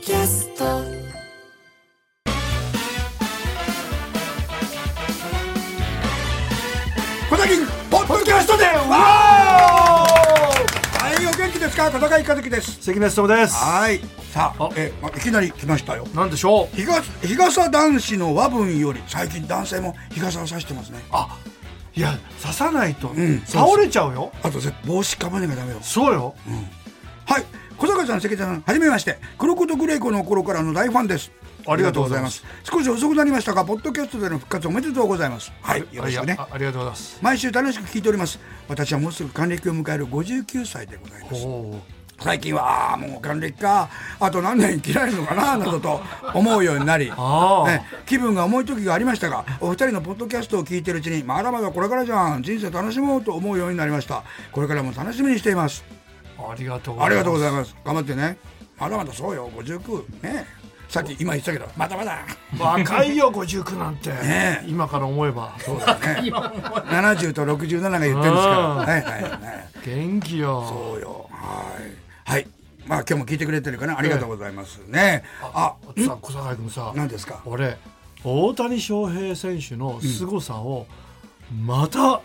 キャスト小崎ポッドキャストでわーはいお元気ですか小坂井和樹です関根勤です。はいさああえまいきなり来ましたよなんでしょう。日傘日傘男子の和文より最近男性も日傘を差してますねあ、いや刺さないと、ん倒れちゃうよ。あとぜ帽子かぶんなきゃダメよそうよ。はい小坂さん関根さんはじめまして黒子とグレイコの頃からの大ファンですありがとうございますありがとうございます少し遅くなりましたがポッドキャストでの復活おめでとうございますはいよろしくねあいやあありがとうございます。毎週楽しく聞いております私はもうすぐ還暦を迎える59歳でございますお最近はあーもう還暦かあと何年生きられるのかななどと思うようになり、あーね気分が重い時がありましたがお二人のポッドキャストを聞いてるうちにまだまだこれからじゃん人生楽しもうと思うようになりましたこれからも楽しみにしていますお。ありがとうございます。ありがとうございます頑張ってねまだまだそうよ59ねさっき今言ってたけどまだまだ 若いよ五十九なんて、ねえ今から思えばそうだね70と67が言ってるんですからはいはいはい元気よ。そうよはいはいまあ今日も聞いてくれてるかなありがとうございますねあさ小坂井君さ、何ですか俺大谷翔平選手の凄さをまた、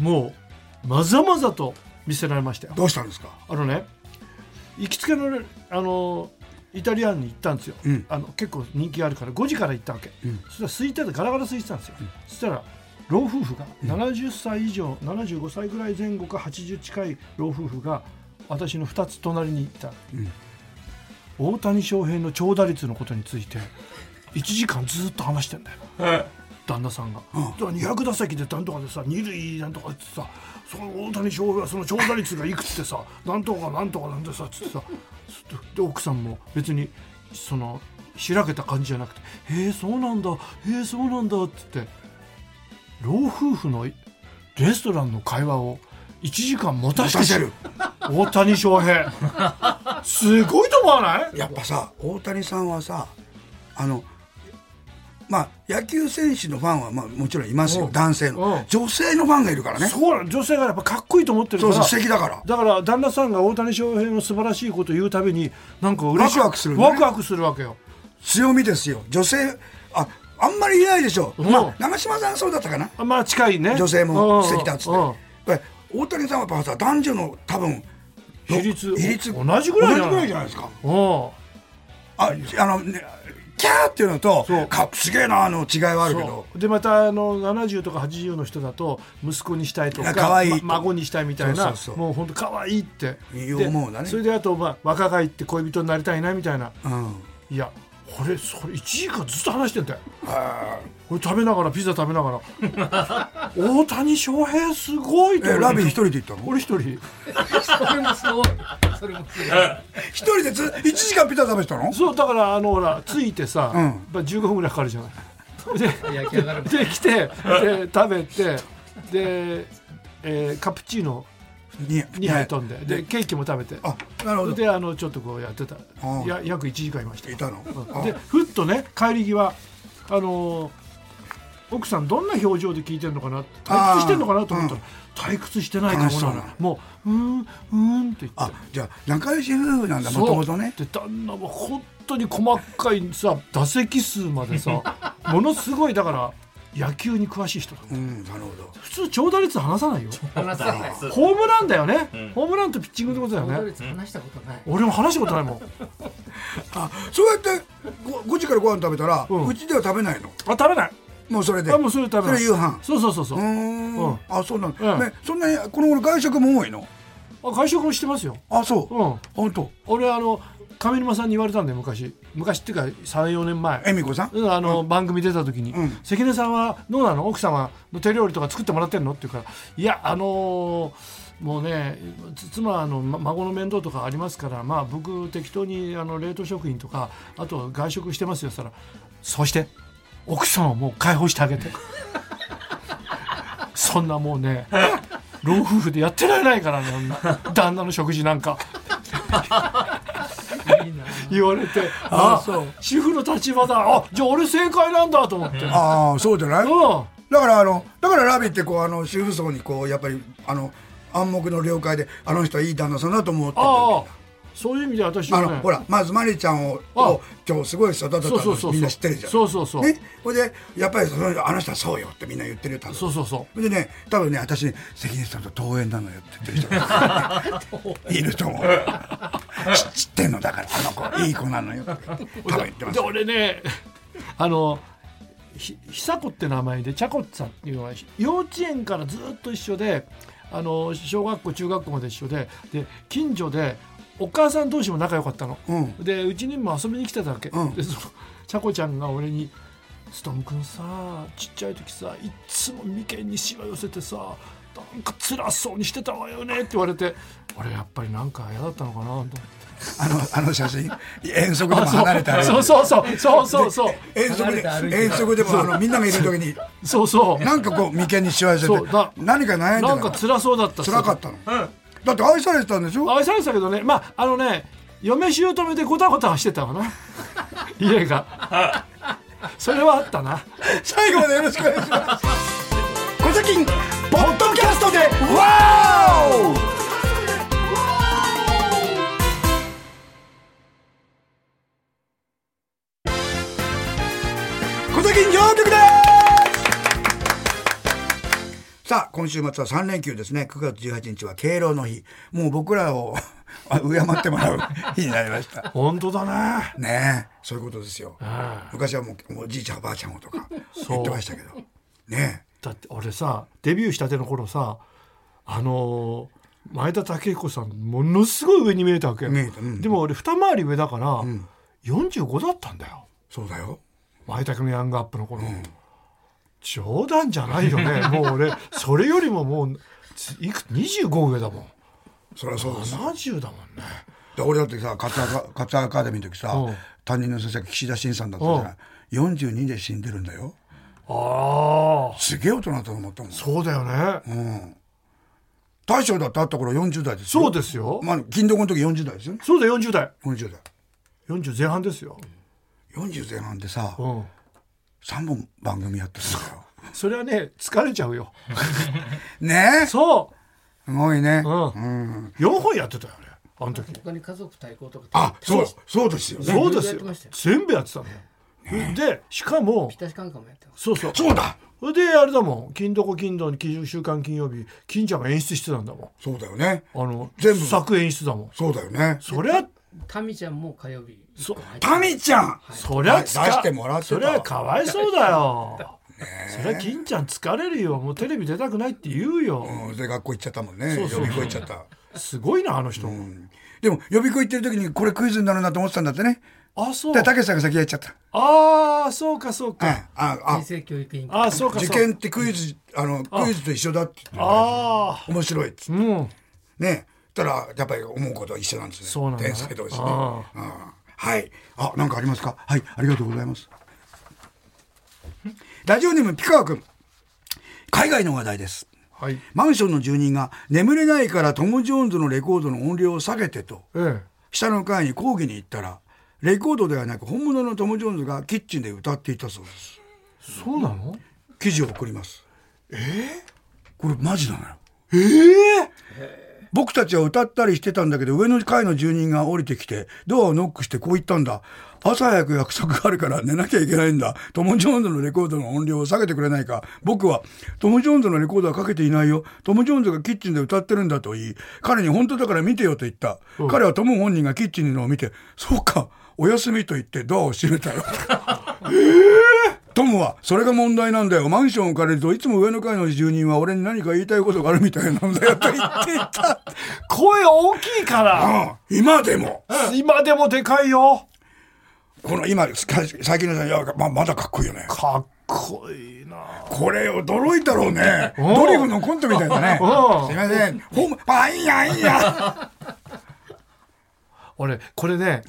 もうまざまざと見せられましたよ。どうしたんですかあのね行きつけのねあのイタリアンに行ったんですよ、うんあの結構人気があるから5時から行ったわけ、うんそしたら空いててガラガラ空いてたんですよ、そしたら老夫婦が70歳以上、75歳ぐらい前後か80近い老夫婦が私の2つ隣にいた、ん大谷翔平の長打率のことについて1時間ずっと話してんだよ旦那さんが、んだから200打席でなんとかでさ二塁なんとかってさその大谷翔平はその長打率がいくつってさなんとかなんとかなんでさつってさつってで奥さんも別にその開けた感じじゃなくて「へえそうなんだへえそうなんだ」っつって老夫婦のレストランの会話を1時間持たせ出てせる大谷翔平 すごいと思わないやっぱさ大谷さんはさあのまあ野球選手のファンは、まあ、もちろんいますようん男性うのん女性のファンがいるからねそうなの女性がやっぱかっこいいと思ってるそかうらそう素敵だからだから旦那さんが大谷翔平の素晴らしいことを言うたびになんか嬉しいワクワクするんだねワクワクするわけよ強みですよ女性ああんまりいないでしょ、うんまあ、長嶋さんそうだったかなまあ近いね女性も素敵だっつってうんやっぱり大谷さんはやっぱさ男女の多分比率比率同じぐらいじゃな同じいぐらいじゃないですかうんああの、ね、キャーっていうのとそうかすげえなあの違いはあるけどそうでまたあの70とか80の人だと息子にしたいとか可愛いとま孫にしたいみたいなそうそうそうもう本当可愛いっていいで思うだねそれであと、まあ、若返って恋人になりたいなみたいなうんいや俺それ1時間ずっと話してんだよあー俺食べながらピザ食べなが ら大谷翔平すごいとえ思ってラビー一人で行ったの俺一人それもすごい。それもすごい。一人でず1時間ピザ食べてたのそうだからあのほら着いてさ、うんやっぱ15分ぐらいかかるじゃない焼き上がる。で来てで食べてで、えーカプチーノに2杯飛んででケーキも食べてあなるほどであのちょっとこうやってたうんや約1時間いましたいたのでふっとね帰り際あのー奥さんどんな表情で聞いてるのかなって退屈してるのかなと思ったら、退屈してないかも楽しそうななもううーんうーんって言ってあじゃあ仲良し夫婦なんだそうもともとねで旦那は本当に細かいさ打席数まで さものすごいだから野球に詳しい人だうんなるほど普通長打率話さないよ話さない。そホームランだよね、ホームランとピッチングってことだよう。ね話したことない。俺も話したことないもん ああそうやってご 5, 時からご飯食べたらうんうちでは食べないの食べないもうそれであもうそれ食べなそいれ夕飯そうそうそうそうーう、あうんんあそうなんうんだねそんなにこの頃外食も多いの外食もしてますよあそううん本当俺あの上沼さんに言われたんだよ昔昔っていうか34年前恵美子さんうんあの、番組出た時に、うん関根さんはどうなの奥様の手料理とか作ってもらってんのって言うからいやあのーもうねつ妻はあの、ま孫の面倒とかありますからまあ僕適当にあの冷凍食品とかあと外食してますよそしたらそうして奥さんをもう解放してあげてそんなもうね老夫婦でやってられないからね 女旦那の食事なんか言われてあそう主婦の立場だあじゃあ俺正解なんだと思ってうんああそうじゃないあだからあのだからラビってこうあの主婦層にこうやっぱりあの暗黙の了解であの人はいい旦那さんだと思っててあそういう意味で私あはのねほらまずマリちゃんをあを今日すごい育てたそうそうのそうみんな知ってるじゃんそうそうそうねほいでやっぱりそのあの人はそうよってみんな言ってるよ多分そうそうそうでね多分ね私ね関根さんと遠縁なのよって言ってる人が いると思う知知ってんのだからあの子いい子なのよって多分言ってますで俺ね あのひ久子って名前で茶子っさんっていうのは幼稚園からずっと一緒であの小学校中学校まで一緒でで近所でお母さん同士も仲良かったの、うんでうちにも遊びに来てたわけ、うんでその茶子ちゃんが俺に「ストン君さちっちゃい時さいっつも眉間にしわ寄せてさなんか辛そうにしてたわよね」って言われて俺やっぱりなんか嫌だったのかなと思って。あのあの写真遠足でも離れたらそうそうそうそうそうそう遠足離れでて歩いて遠足でもあのみんながいる時にそうそうなんかこう眉間にしわ寄せてそうだ何か悩んでなんたのか辛そうだった辛かったの、だって愛されてたんでしょ愛されてたけどねまああのね嫁姑でごたごたはしてた かな家がそれはあったな最後までよろしくお願いします。小崎ポッドキャストでワオ。小崎上局です。さあ今週末は3連休ですね9月18日は敬老の日もう僕らを敬ってもらう日になりました本当だねねえそういうことですよあ昔はもうもうじいちゃんおばあちゃんをとか言ってましたけどねだって俺さデビューしたての頃さあのー前田武彦さんものすごい上に見えたわけ、見えたうんでも俺二回り上だから、45だったんだよそうだよ舞茸のヤングアップの頃、冗談じゃないよねもう俺それよりももういく25上だもんそりゃそうです70だもんねで俺だってさカツアカカツアカデミーの時さうん担任の先生が岸田新さんだったじゃない42で死んでるんだよああすげえ大人だと思ったもんそうだよね、大将だって会った頃40代ですよそうですよ、まあ金床の時40代ですよねそうだよ40代40代40前半ですよ、 40前半でさうん、 3本番組やってるんだよそれはね疲れちゃうよねえすそごいねう、うん4本やってたよねあの時他に家族対抗とかあそうそうですよねそうですいろいろやってよましたよ全部やってたのよ、でしかもひたしカンカンもやってますそうそうそうだそれであれだもん「金どこ金土に金週間金曜日」金ちゃんが演出してたんだもんそうだよねあの全部作演出だもんそうだよねそりゃタミちゃんも火曜日そタミちゃんそりゃ出つかしてもらってたそりゃかわいそうだよそりゃ金ちゃん疲れるよもうテレビ出たくないって言うようん、で学校行っちゃったもんねそうそう予備校行っちゃったすごいなあの人でも予備校行ってる時にこれクイズになるなと思ってたんだってねあそうでたけしさんが先やっちゃった、ああそうかそううんかあ平あ成教育委員会あそうか受そう験かってクイズあのクイズと一緒だって言ってああ面白いっつってうんねたらやっぱり思うことは一緒なんですねそうなんだ天才同士ねあうんはいあなんかありますかはいありがとうございますラジオネームピカワ君海外の話題ですはいマンションの住人が眠れないからトム・ジョーンズのレコードの音量を下げてとええ下の階に抗議に行ったらレコードではなく本物のトム・ジョーンズがキッチンで歌っていたそうですそうなの記事を送りますえこれマジなのよええ僕たちは歌ったりしてたんだけど上の階の住人が降りてきてドアをノックしてこう言ったんだ朝早く約束があるから寝なきゃいけないんだトム・ジョーンズのレコードの音量を下げてくれないか僕はトム・ジョーンズのレコードはかけていないよトム・ジョーンズがキッチンで歌ってるんだと言い彼に本当だから見てよと言った、彼はトム本人がキッチンにいるのを見てそうかおやすみと言ってドアを閉めたよトムは、それが問題なんだよ。マンションを借りると、いつも上の階の住人は俺に何か言いたいことがあるみたいなんだよと言っていた。声大きいからうん今でも、今でもでかいよこの今、最近のさん、いやままだかっこいいよね。かっこいいなこれ驚いたろうね。うんドリフのコントみたいだね。うんすいません。ほん、あ、いいや、いいや。俺これね、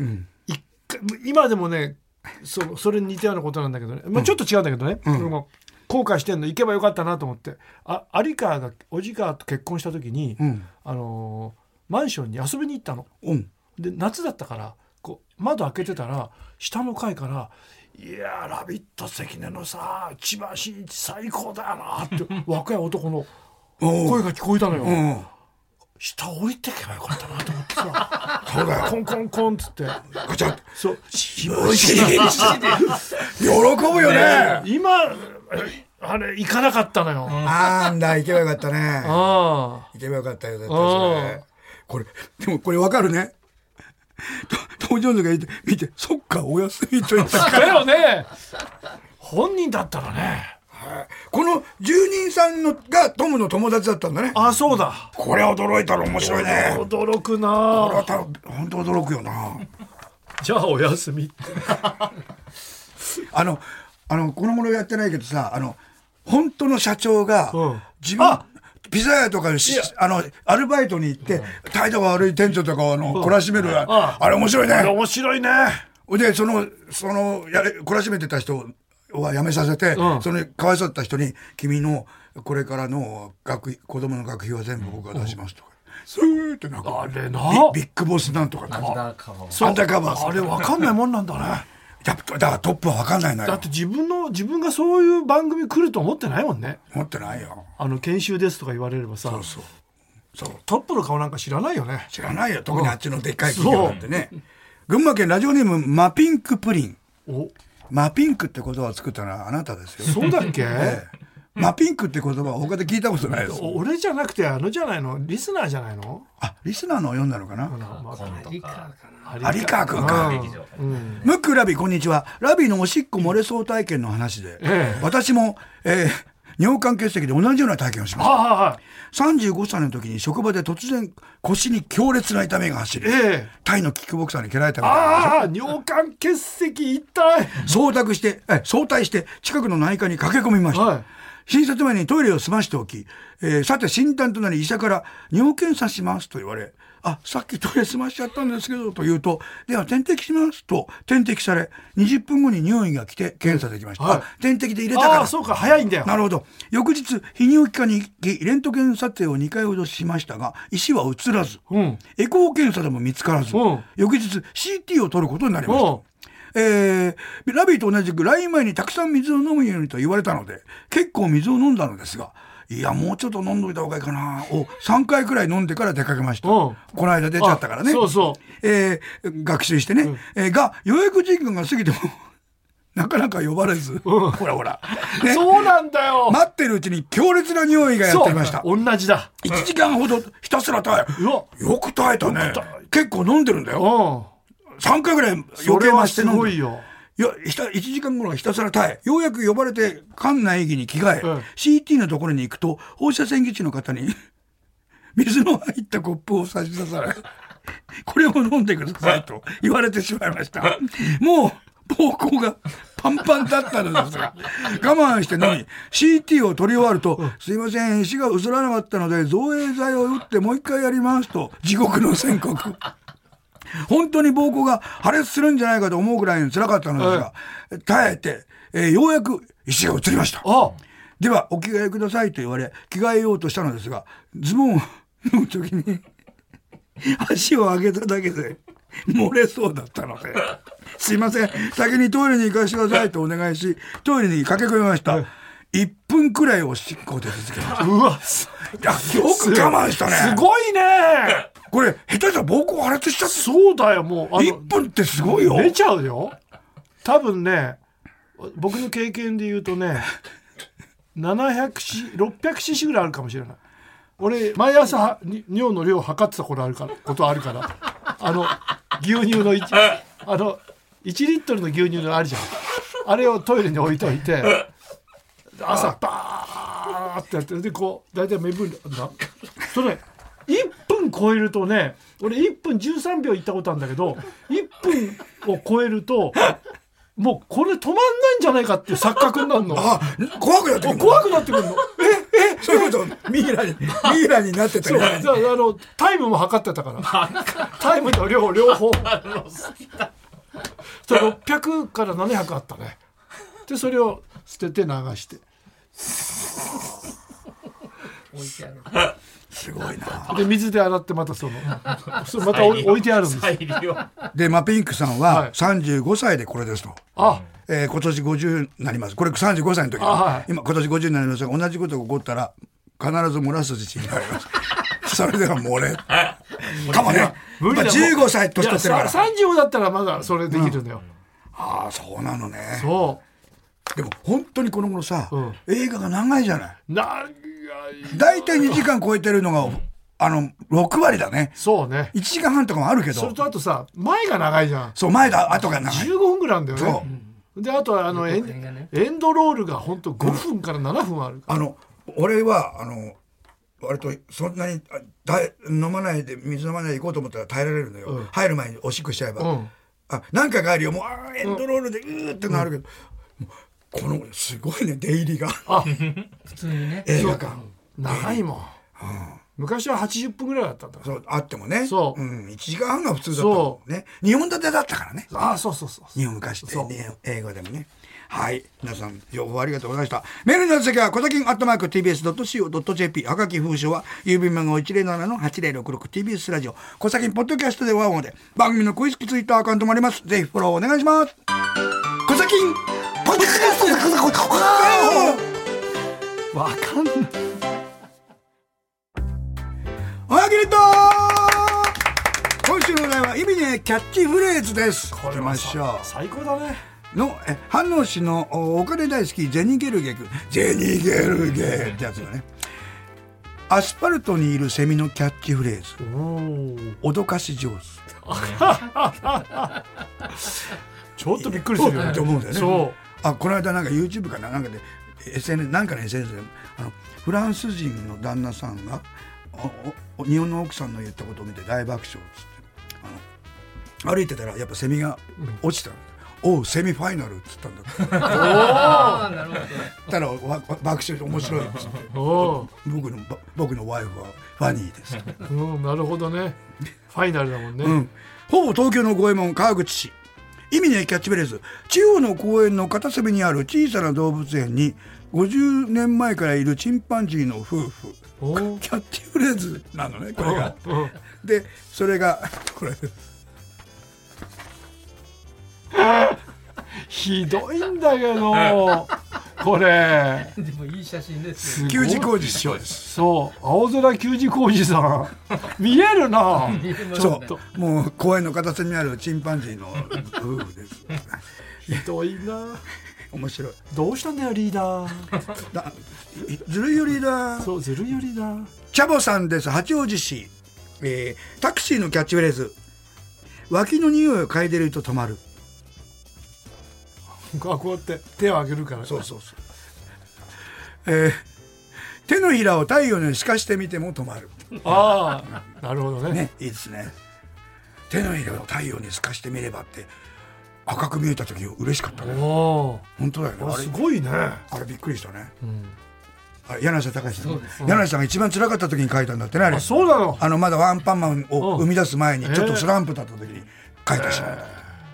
一回今でもねそそれに似たようなことなんだけどね、まあ、ちょっと違うんだけどね、俺も後悔してんの行けばよかったなと思ってあ有川がおじ川と結婚した時に、んあのーマンションに遊びに行ったの。うん。で夏だったからこう窓開けてたら下の階から「いやーラビット関根のさ千葉真 一最高だよな」って若い男のおう声が聞こえたのよ。うん。下置いてけばよかったなと思ってさそうだよコンコンコンっつってガチャそうひもおい しい喜ぶよね。今あれ行かなかったのよ、ああんだ、行けばよかったね。あ行けばよかったよ、だってそれうんこれ、でもこれわかるね。とトム・ジョーンズが言って、見て、そっか、お休みと言った から。だよね本人だったらねこの住人さんのがトムの友達だったんだね。ああそうだこれは驚いたら面白いね。こ驚れくはなた本当驚くよな。じゃあお休みってあの、あの、このものやってないけどさ、あの、本当の社長がうん、自分、あピザ屋とかしあの、アルバイトに行って、態度が悪い店長とかを、あの、懲らしめる、あれ面白いね。面白いねで、その、その、やれ、懲らしめてた人は辞めさせて、うんその、かわいそうだった人に、君の、これからの学費、子供の学費は全部僕が出しますとか。スーってなんか、あれなビビッグボスなんとかアンか。ダーカバーそうアンダーカバーあれわかんないもんなんだ ねだだからトップは分かんないのだよっ。て自分の自分がそういう番組来ると思ってないもんね持ってないよ。あの研修ですとか言われればさそうそう。そう。トップの顔なんか知らないよね知らないよ特にあっちのでっかい企業だってね群馬県ラジオネームマピンクプリンおマピンクって言葉を作ったのはあなたですよそうだっけ、 ええマピンクって言葉は他で聞いたことないですお俺じゃなくてあのじゃないのリスナーじゃないのあリスナーのを読んだのかなまコントリカーかかなあ有川君か劇場うんムックラビこんにちはラビのおしっこ漏れそう体験の話で、ええ私も、ええ尿管結石で同じような体験をしましはいはいはいた35歳の時に職場で突然腰に強烈な痛みが走り、ええタイのキックボクサーに蹴られたみたいなああ尿管結石痛い相対して、え相対して近くの内科に駆け込みました。はい診察前にトイレを済ましておき、えーさて診断となり医者から尿検査しますと言われ、あ、さっきトイレ済ましちゃったんですけどと言うと、では点滴しますと点滴され、20分後に尿意が来て検査できました。はいあ点滴で入れたかあらあ。そうか早いんだよなるほど。翌日、泌尿器科に行き、レントゲン撮影を2回ほどしましたが、石は映らず、うんエコー検査でも見つからず、うん翌日 CT を取ることになりました。おうえー、ラビーと同じく、ライン前にたくさん水を飲むようにと言われたので、結構水を飲んだのですが、いや、もうちょっと飲んどいた方がいいかな、を3回くらい飲んでから出かけました。うんこの間出ちゃったからね。あそうそうえー学習してね。えーが、予約時間が過ぎても、 なかなか呼ばれず、ほらほ ら。ねそうなんだよ、待ってるうちに強烈な匂いがやってきました。そう同じだ1時間ほどひたすら耐え。うわよく耐えたねよく耐え。結構飲んでるんだよ。うん3回ぐらい余そ計れ増はしてす飲んごでいよいや、ひた、1時間後のひたすら耐え、ようやく呼ばれて、館内着に着替え、うん CT のところに行くと、放射線技師の方に、水の入ったコップを差し出され、これを飲んでくださいと言われてしまいました。もう、膀胱がパンパンだったのですが、我慢して飲み、CT を取り終わると、すいません、石が映らなかったので、造影剤を打ってもう一回やりますと、地獄の宣告。本当に膀胱が破裂するんじゃないかと思うぐらいに辛かったのですが、耐えて、えーようやく石が移りました。あでは、お着替えくださいと言われ、着替えようとしたのですが、ズボンを脱ぐときに、足を上げただけで、漏れそうだったので、すいません、先にトイレに行かせてくださいとお願いし、トイレに駆け込みました。1分くらいおしっこで続けました。うわすいやよく我慢したね。すごいねこれ、下手したら膀胱破裂しちゃって、そうだよもうあ1分ってすごいよ。の出ちゃうよ多分ね僕の経験で言うとね 700cc600cc ぐらいあるかもしれない俺毎朝はに尿の量を測ってたことあるからことあるからあの牛乳の1あの1リットルの牛乳のあるじゃんあれをトイレに置いといて朝バーってやってでこう大体目分だそれ1分超えるとね俺1分13秒いったことあるんだけど1分を超えるともうこれ止まんないんじゃないかっていう錯覚になるのあ、怖くなってくる。怖くなってくるのそういうこと、ミイラに、ミイラになってたそうよだからあのタイムも測ってたからタイムと量 両方それ600から700あったねでそれを捨てて流して置いてあるすごいな。で水で洗ってまた そのそれまた置い置いてあるんです再利用で、マピンクさんはいは35歳でこれですと。あえー今年50になります。これ35歳の時あは今、今年50になりますが、同じことが起こったら、必ず漏らす自信があります。 それではもう俺。無理だかもね。やっ無理ぱだ15歳年取ってるかいやら。さ35だったらまだそれできるのよ、ああ、そうなのね。そでも本当にこの頃さうん、映画が長いじゃない。う長い大体2時間超えてるのが、あの、6割だね。そうね1時間半とかもあるけそれどと。あとさ前が長いじゃんそう、前だ、後が長い。 15分ぐらいあんだよそねであとはあのエ予告編がンねエンドロールが本当5分から7分あるあの、俺は、あの、割とそんなにあだい飲まないで水飲まないで行こうと思ったら耐えられるのよ、うん入る前におしっこしちゃえば、うんあ何回かあるよもうあーエンドロールでうーってなるけど、もうこのすごいね出入りがあ普通にね。映画館長いもん、昔は80分ぐらいだったんだそうあってもね、そうん1時間半が普通だったもんね日本立てだったからねああそうそうそう日本昔ってそうね英語でもねはい皆さん情報ありがとうございましたメールの宛先は小崎アットマーク TBS.CO.JP 赤き封書は郵便番号 107-8066TBS ラジオ小崎ポッドキャストでワンオで番組の公式ツイッターアカウントもありますぜひフォローお願いします小崎ポッドキャストでわかんないおはぎりと今週のお題は意味ねキャッチフレーズですこいれきはまさしょう最高だねのえ反応市のおお金大好きゼニゲルゲ君ゼニゲルゲってやつよねアスファルトにいるセミのキャッチフレーズおー脅かし上手ちょっとびっくりするよねって思うんだよねそうあこの間なんか YouTube かななんかで SNS なんかの SNS であのフランス人の旦那さんがおお日本の奥さんの言ったことを見て大爆笑っつってあの歩いてたらやっぱセミが落ちたの、おうセミファイナルっつったん だああ、なるほど。たらわわ爆笑面白いっつってお僕のば僕のワイフはファニーです、ーうんなるほどねファイナルだもんね、うん、ほぼ東京の五右衛門川口市意味ねキャッチフレーズ中央の公園の片隅にある小さな動物園に50年前からいるチンパンジーの夫婦おーキャッチフレーズなのねこれがうんでそれがこれですひどいんだけ どこれでもいい写真ですよ。すごい給仕工事師匠ですそう青空球児工事さん見えるな見えますねちょっともう公園の片隅にあるチンパンジーの夫婦ですひどいな面白いどうしたんだよリーダ ーだずるいよりだそうずるいよリーダーチャボさんです八王子市、えータクシーのキャッチフレーズ脇の匂いを嗅いでると止まるあこうやって手を挙げるからそうそうそう、えー手のひらを太陽に透かしてみても止まるああなるほどねねいいですね手のひらを太陽に透かしてみればって赤く見えた時嬉しかったねお本当だよねおあすれごいねあれびっくりしたねうんあれ柳瀬隆さんそうです柳瀬さんが一番辛かった時に書いたんだってねあれあそうなのあのまだワンパンマンを生み出す前にうんちょっとスランプだった時に書いてしまった、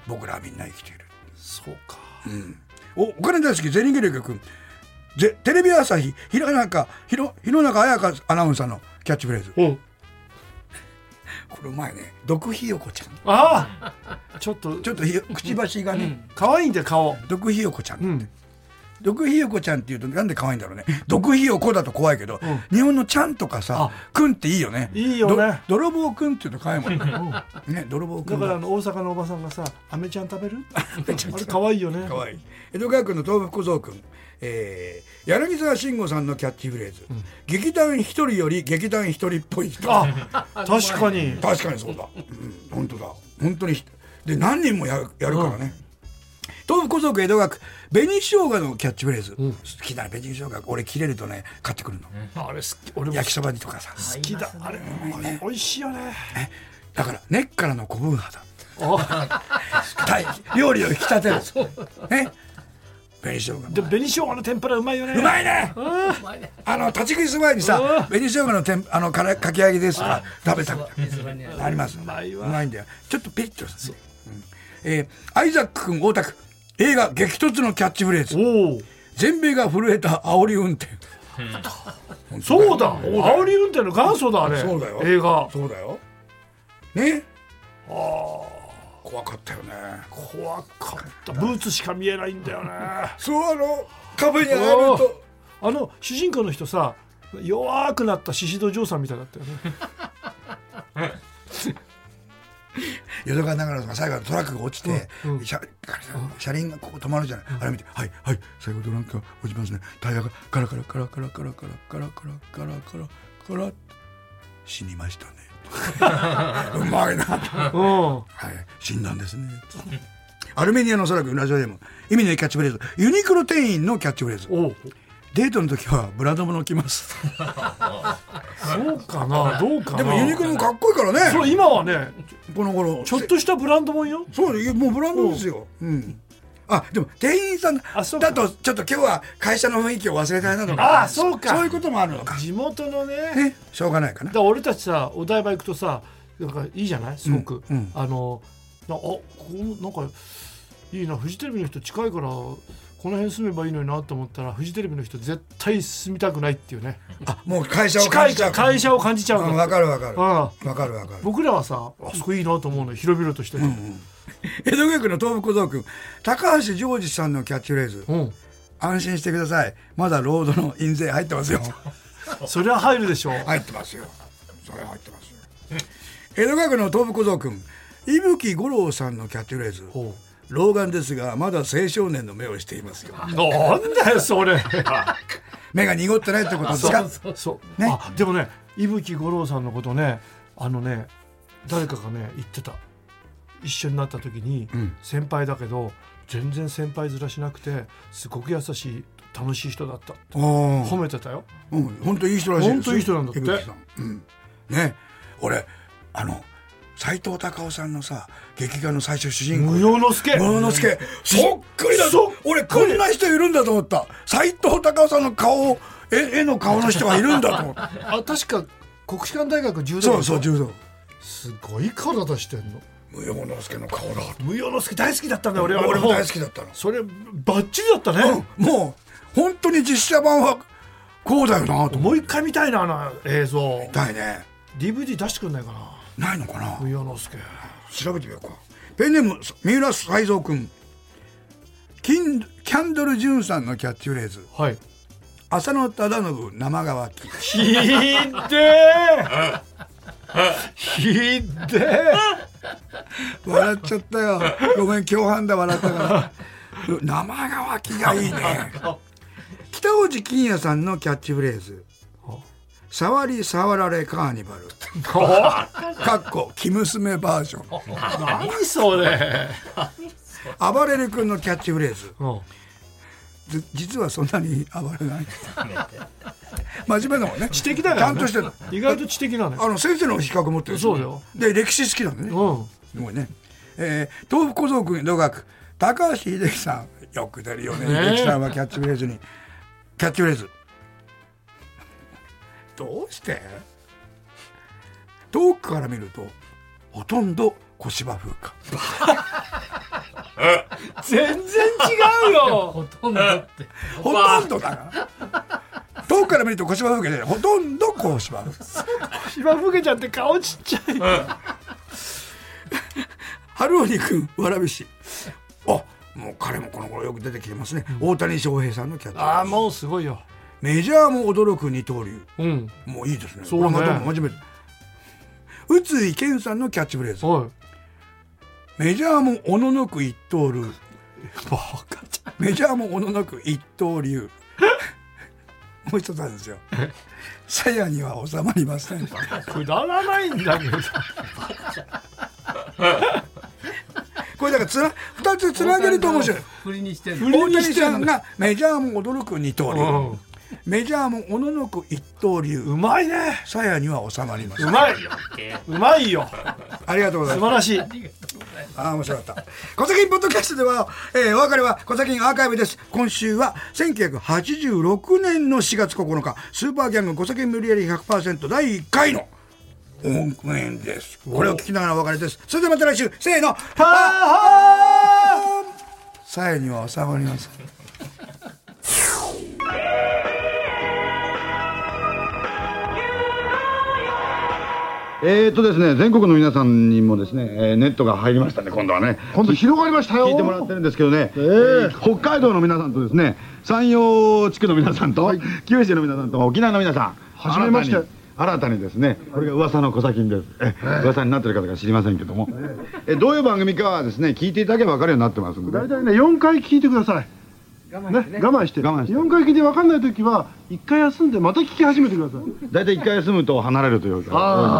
僕らはみんな生きている、そうかうん、おお金大好きゼニゲルゲ君ぜテレビ朝日弘中弘弘中綾香アナウンサーのキャッチフレーズおこれ前ね毒ひよこちゃんああちょっとちょっとひよくちばしがね、可愛いんだよ顔毒ひよこちゃん、うん毒ひよこちゃんっていうとなんで可愛いんだろうね毒ひよこだと怖いけど、う日本のちゃんとかさくんっていいよねいいよねど泥棒くんっていうと可愛いもんねね泥棒くだんからあだの大阪のおばさんがさ「アメちゃん食べる?」あれ可愛いよね可愛い江戸川区の東福小僧くんえー、柳沢慎吾さんのキャッチフレーズ、劇団一人より劇団一人っぽい人あ確かに確かにそうだ、うん、本当だ本当にひで何人もやるやるからね、東部小僧区江戸川区紅生姜のキャッチフレーズ、好きだね紅生姜俺切れるとね買ってくるの、あれ好き俺も焼きそばにとかさ、好きだあれ美味しいよねねだから根っからの古文派あだ 大料理を引き立てる ね紅生姜で紅生姜の天ぷらうまいよねうまいねお前ねあの立ち食いする前にさ紅生姜のてんあのからかき揚げですとか食べたみたいな水場にある。ありますうまいわんだよちょっとピリッとさ、うんえーアイザック君大田区映画激突のキャッチフレーズおお全米が震えた煽り運転そうだ煽り運転の元祖だあれそうだよ映画そうだよねああ怖かったよね怖かったブーツしか見えないんだよねそうあの壁にああるとあの主人公の人さ弱くなった宍戸嬢さんみたいだったよね淀川長良が最後のトラックが落ちて、うんうん車車輪がここ止まるじゃない、あれ見て「はいはい最後トラックが落ちますねタイヤがカラカラカラカラカラカラカラカラカラカラカラ死にましたね」うまいな、はうんい、死んだんですねアルメニアのおそらくラジオでも意味のいいキャッチフレーズユニクロ店員のキャッチフレーズおうデートの時はブランド物を着ますそうかなどうかなでもユニクロもかっこいいからねそう今はねこの頃ちょっとしたブランドもんよそういやもうブランドですよ。うん。あでも店員さんあそうかだとちょっと今日は会社の雰囲気を忘れたいなとか。あそうかそういうこともあるのか。地元のねね、しょうがないかなだ。から俺たちさお台場行くとさなんかいいじゃないすごく、うんうんあのなあここなんかいいなフジテレビの人近いからこの辺住めばいいのになと思ったらフジテレビの人絶対住みたくないっていうねあもう会社を近感いじかたら会社を感じちゃううんかわかるわかる。らわああかるわかる。僕らはさあそこいいなと思うの広々としてて、江戸川区の東部小僧君高橋ジョージさんのキャッチフレーズうん安心してくださいまだロードの印税入ってます よそりゃ入るでしょ入ってますよそれ入ってますよ江戸川区の東部小僧君伊吹五郎さんのキャッチフレーズほう老眼ですがまだ青少年の目をしていますよなんだよそれ目が濁ってないってことですそかうそうそう、ねあでもね伊吹五郎さんのことねあのね誰かがね言ってた一緒になった時に、ん先輩だけど全然先輩面しなくてすごく優しい楽しい人だったってお褒ーめてたようん本当いい人らしいですほんといい人なんだって江口さん、うん、ね俺あの斎藤隆夫さんのさ劇画の最初主人公無用の助もののすけそっくりだそっぞくり俺こんな人いるんだと思った斎藤隆夫さんの顔を絵絵の顔の人がいるんだと思った あ確か国士舘大学柔道そう部そう柔道すごい体してんの無用のすけの顔だ無用の助大好きだったんだよ俺は俺も大好ききだったのそれバッチリだったね、もう本当に実写版はこうだよなと思っもう一回見たいなあの映像たいね DVD 出してくんないかなないのかな無用の助調べてみようかペンネーム三浦才蔵君キンキャンドル・ジュンさんのキャッチフレーズはい「浅野忠信生乾きひでえひでえ」笑っちゃったよごめん共犯だ笑ったからう生乾きがいいね北大路欣也さんのキャッチフレーズ「触り触られカーニバル」かっこ「生娘バージョン何それ」暴れる君のキャッチフレーズうんじ実はそんなに暴れ ない真面目だもんね知知的だよねちゃんとしてる意外と知的なねあの先生の比較持ってるそうだよで歴史好きなんだねうんすごいね、えー、東北小僧君同学高橋秀樹さんよく出るよねねえ秀樹さんはキャッチフレーズにキャッチフレーズどうして遠くから見るとほとんど小芝風花全然違うよほとんどってほとんどだから遠くから見ると小芝風花じゃないほとんど小芝風花芝ふけちゃんって顔ちっちゃい春鬼くんわらびしあもう彼もこの頃よく出てきてますね、大谷翔平さんのキャッチフレーズああもうすごいよメジャーも驚く二刀流うんもういいですねそうねこれまた真面目です宇津井健さんのキャッチフレーズおメジャーもおののく一刀流いバカちゃんメジャーもおののく一刀流 もう一つあるんですよ鞘には収まりませんくだらないんだけど これだからつな二つつなげると面白い振りにしてる振り大に谷してさんんだがメジャーも驚く二刀流、うんメジャーもおののく一刀う流まいね鞘には収まりませうんまいうまいよありがとうござい素ます晴らしいああ、面白かった。小崎ポッドキャストでは、えー、お別れは小崎アーカイブです。今週は、1986年の4月9日、スーパーギャング小崎無理やり100%第1回の音源です。これを聞きながらお別れです。それではまた来週、せーの、パーホーンさえには収まります。えー、っとですね、全国の皆さんにもですね、えーネットが入りましたね、今度はね。今度広がりましたよ。聞いてもらってるんですけどね、えー北海道の皆さんとですね、山陽地区の皆さんと、九州の皆さんと、沖縄の皆さん、はじめまして新たに新たにですね、これが噂の小崎です。え噂になってる方が知りませんけども、えどういう番組かはですね、聞いていただけば分かるようになってますんで。大体ね4回聞いてください我慢して、ね、我慢して我慢して4回聞いて分かんない時は1回休んでまた聞き始めてください大体一回休むと離れるというか。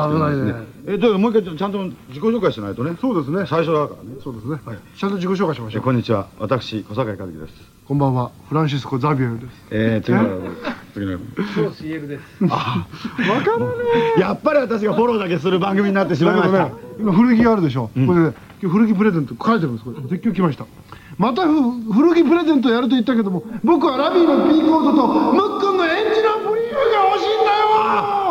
あー多いんですけどね。えどうもう一回ちょっとちゃんと自己紹介しないとね。そうですね最初だからね。そうですね、はい、ちゃんと自己紹介しましえょうこんにちは、私小坂井和樹です。こんばんはフランシスコ・ザビエルですえー、次の次の。そう CL です。分からねやっぱり私がフォローだけする番組になってしえまいましだたけ。どね今古着があるでしょ、これで、ね、今日古着プレゼント書いてるんですこれ絶叫来ましたまたふ古着プレゼントやると言ったけども僕はラビーの B コードとムックンのエンジのブリーフが欲しいんだよ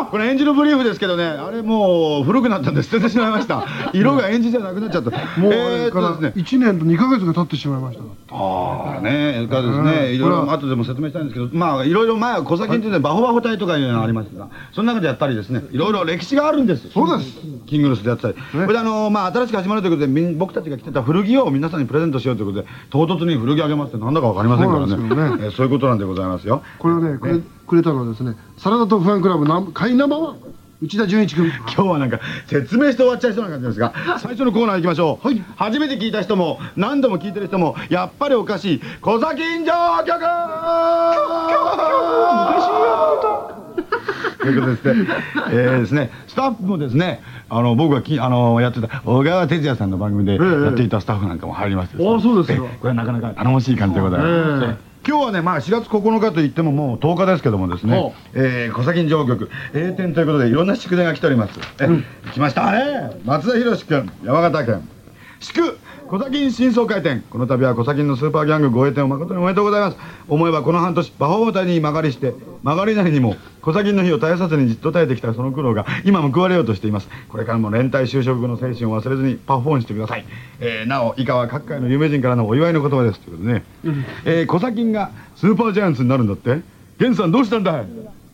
これエンジのブリーフですけどね、あれもう古くなったんで捨ててしまいました。色がエンジじゃなくなっちゃった。もうあえれーからとですね。 1年と2ヶ月が経ってしまいましたああね、からですね、いろこれいろは後でも説明したいんですけど、まあいろいろ前は小崎っていうのはバホバホ隊とかいうのがありましたが、その中でやっぱりですね、いろいろ歴史があるんです。そうですキングルスでやってたり、これであのまあ、新しく始まるということでみん僕たちが着てた古着を皆さんにプレゼントしようということで唐突に古着あげますってなんだかわかりませんからねそうそなうですよんねえーそういうことなんでございますよこれをねくれくれたのはですねサラダとファンクラブナン会ナンバーワン内田純一君今日はなんか説明して終わっちゃいそうな感じですが最初のコーナー行きましょう、初めて聞いた人も何度も聞いてる人もやっぱりおかしい小崎ん城曲ということですね、えーですね、スタッフもですね、あの僕がきあのやってた小川哲也さんの番組でええやっていたスタッフなんかも入りまして、ああそうですよええこれはなかなか頼もしい感じでございます。ええええ今日はね、まあ4月9日といってももう10日ですけどもですねほ、えー、小崎城局、栄転ということでいろんな宿題が来ております。え来ましたね、松田博志君、山形県。祝小崎新総会展この度は小崎のスーパーギャングご栄店を誠におめでとうございます思えばこの半年馬ホ馬隊に曲がりして曲がりなりにも小崎の日を絶やさずにじっと耐えてきたその苦労が今報われようとしていますこれからも連帯就職後の精神を忘れずにパフォーンしてください、えーなお以下は各界の有名人からのお祝いの言葉ですということでね、えー小崎がスーパージャイアンツになるんだって源さんどうしたんだい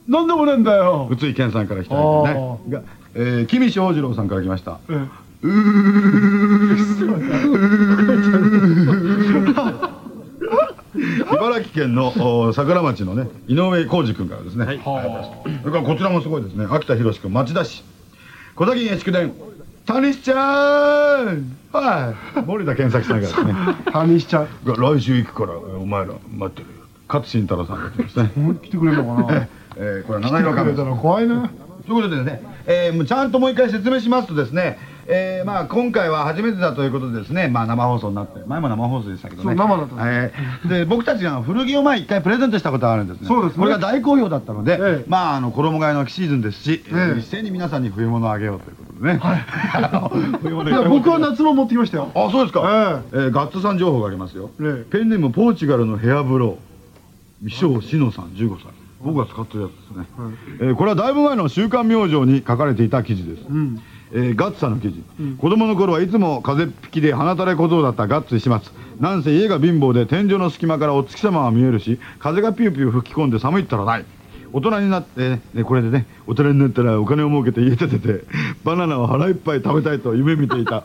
何でもねえんだよ宇津井健さんから来たりねが、えー、君正二郎さんから来ました、 茨城県のお桜町のね井上浩二君からですね、はい、それからこちらもすごいですね秋田博君町田市小崎駅伝谷しちゃんはい森田健作さんからですね 谷しちゃんが来週行くからえーお前ら待ってるよ勝慎太郎さんが来てますね、来てくれるのかな えー、これは七色来て亀くれたら怖いなということでね、えーもうちゃんともう一回説明しますとですね、えーまあ、今回は初めてだということでですね、まあ、生放送になって前も生放送でしたけどねそう生だったんですえーで僕たちが古着を前一回プレゼントしたことがあるんですねそうですねこれが大好評だったので、ええまああの衣替えのシーズンですし、えーええ一斉に皆さんに冬物をあげようということでね、 あの冬物いや僕は夏も持ってきましたよあそうですか、ええーガッツさん情報がありますよ、ええペンネームポーチガルのヘアブロー翔志乃さん15歳僕が使ってるやつですね、えーこれはだいぶ前の「週刊明星」に書かれていた記事です、えーガッツさんの記事、子供の頃はいつも風邪っ引きで鼻たれ小僧だったガッツ石松なんせ家が貧乏で天井の隙間からお月様は見えるし風がピューピュー吹き込んで寒いったらない大人になって、ねねこれでね大人になったらお金を儲けて家建ててバナナを腹いっぱい食べたいと夢見ていた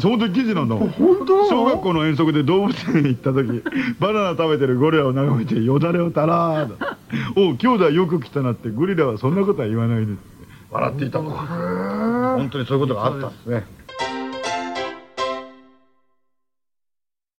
その時記事なんだもん本当なの小学校の遠足で動物園に行った時 バナナ食べてるゴリラを眺めてよだれをたらー だおう兄弟よく来たなってゴリラはそんなことは言わないねって笑っていた本当にそういうことがあったんですね